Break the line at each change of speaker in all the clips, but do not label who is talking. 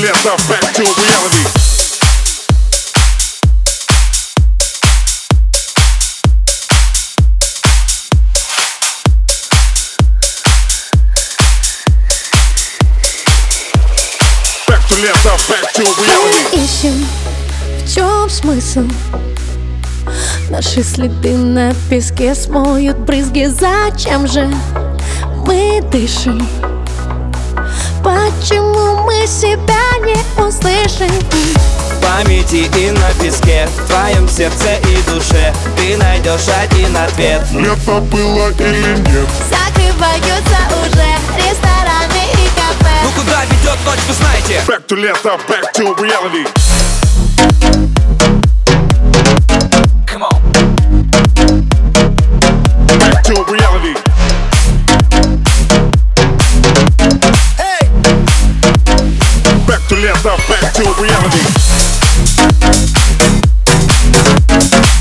yourself back to reality. Back to yourself back to reality.
Мы ищем, в чем смысл? Наши следы на песке смоют брызги Зачем же мы дышим? Почему мы себя не услышим?
В памяти и на песке В твоем сердце и душе Ты найдешь один ответ
Лето было или нет?
Закрываются уже рестораны и
Ну
кафе
куда ведет ночь, вы знаете
Back to лето, back to reality.
Come on.
Back to reality.
Эй!
Back to лето, back to reality.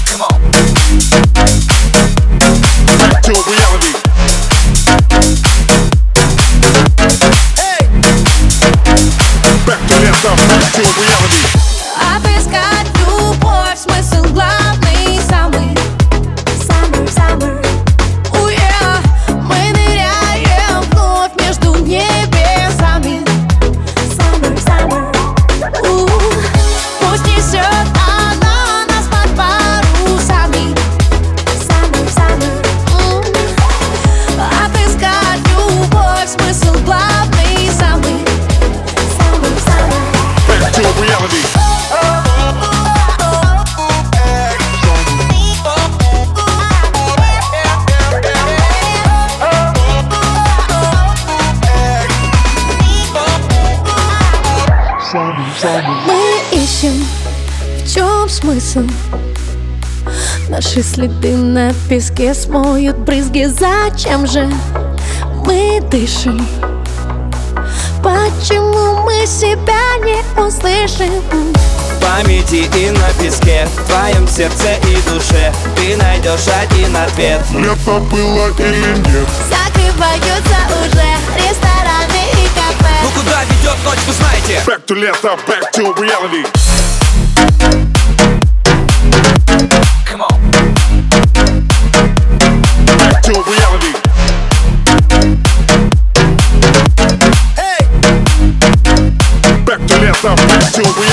Come on.
Back to reality.
Эй!
Back to лето, back to reality.
Обыскать любовь, смысл главный самый Самый, самый Уя, мы ныряем вновь между небесами Самый, самый У, пусть несет она нас под парусами Самый, самый Обыскать любовь, смысл главный самый Самый, самый
Back to reality.
Мы ищем, в чем смысл? Наши следы на песке смоют брызги Зачем же мы дышим? Почему мы себя не услышим?
В памяти и на песке В твоем сердце и душе Ты найдешь один ответ
Лето было или нет?
Закрываются уже рестораны и
Ну
кафе
куда ведет ночь, вы знаете
Back to лето, back to reality.
Come on.
Back to reality.
Эй!
Back to лето, back to reality.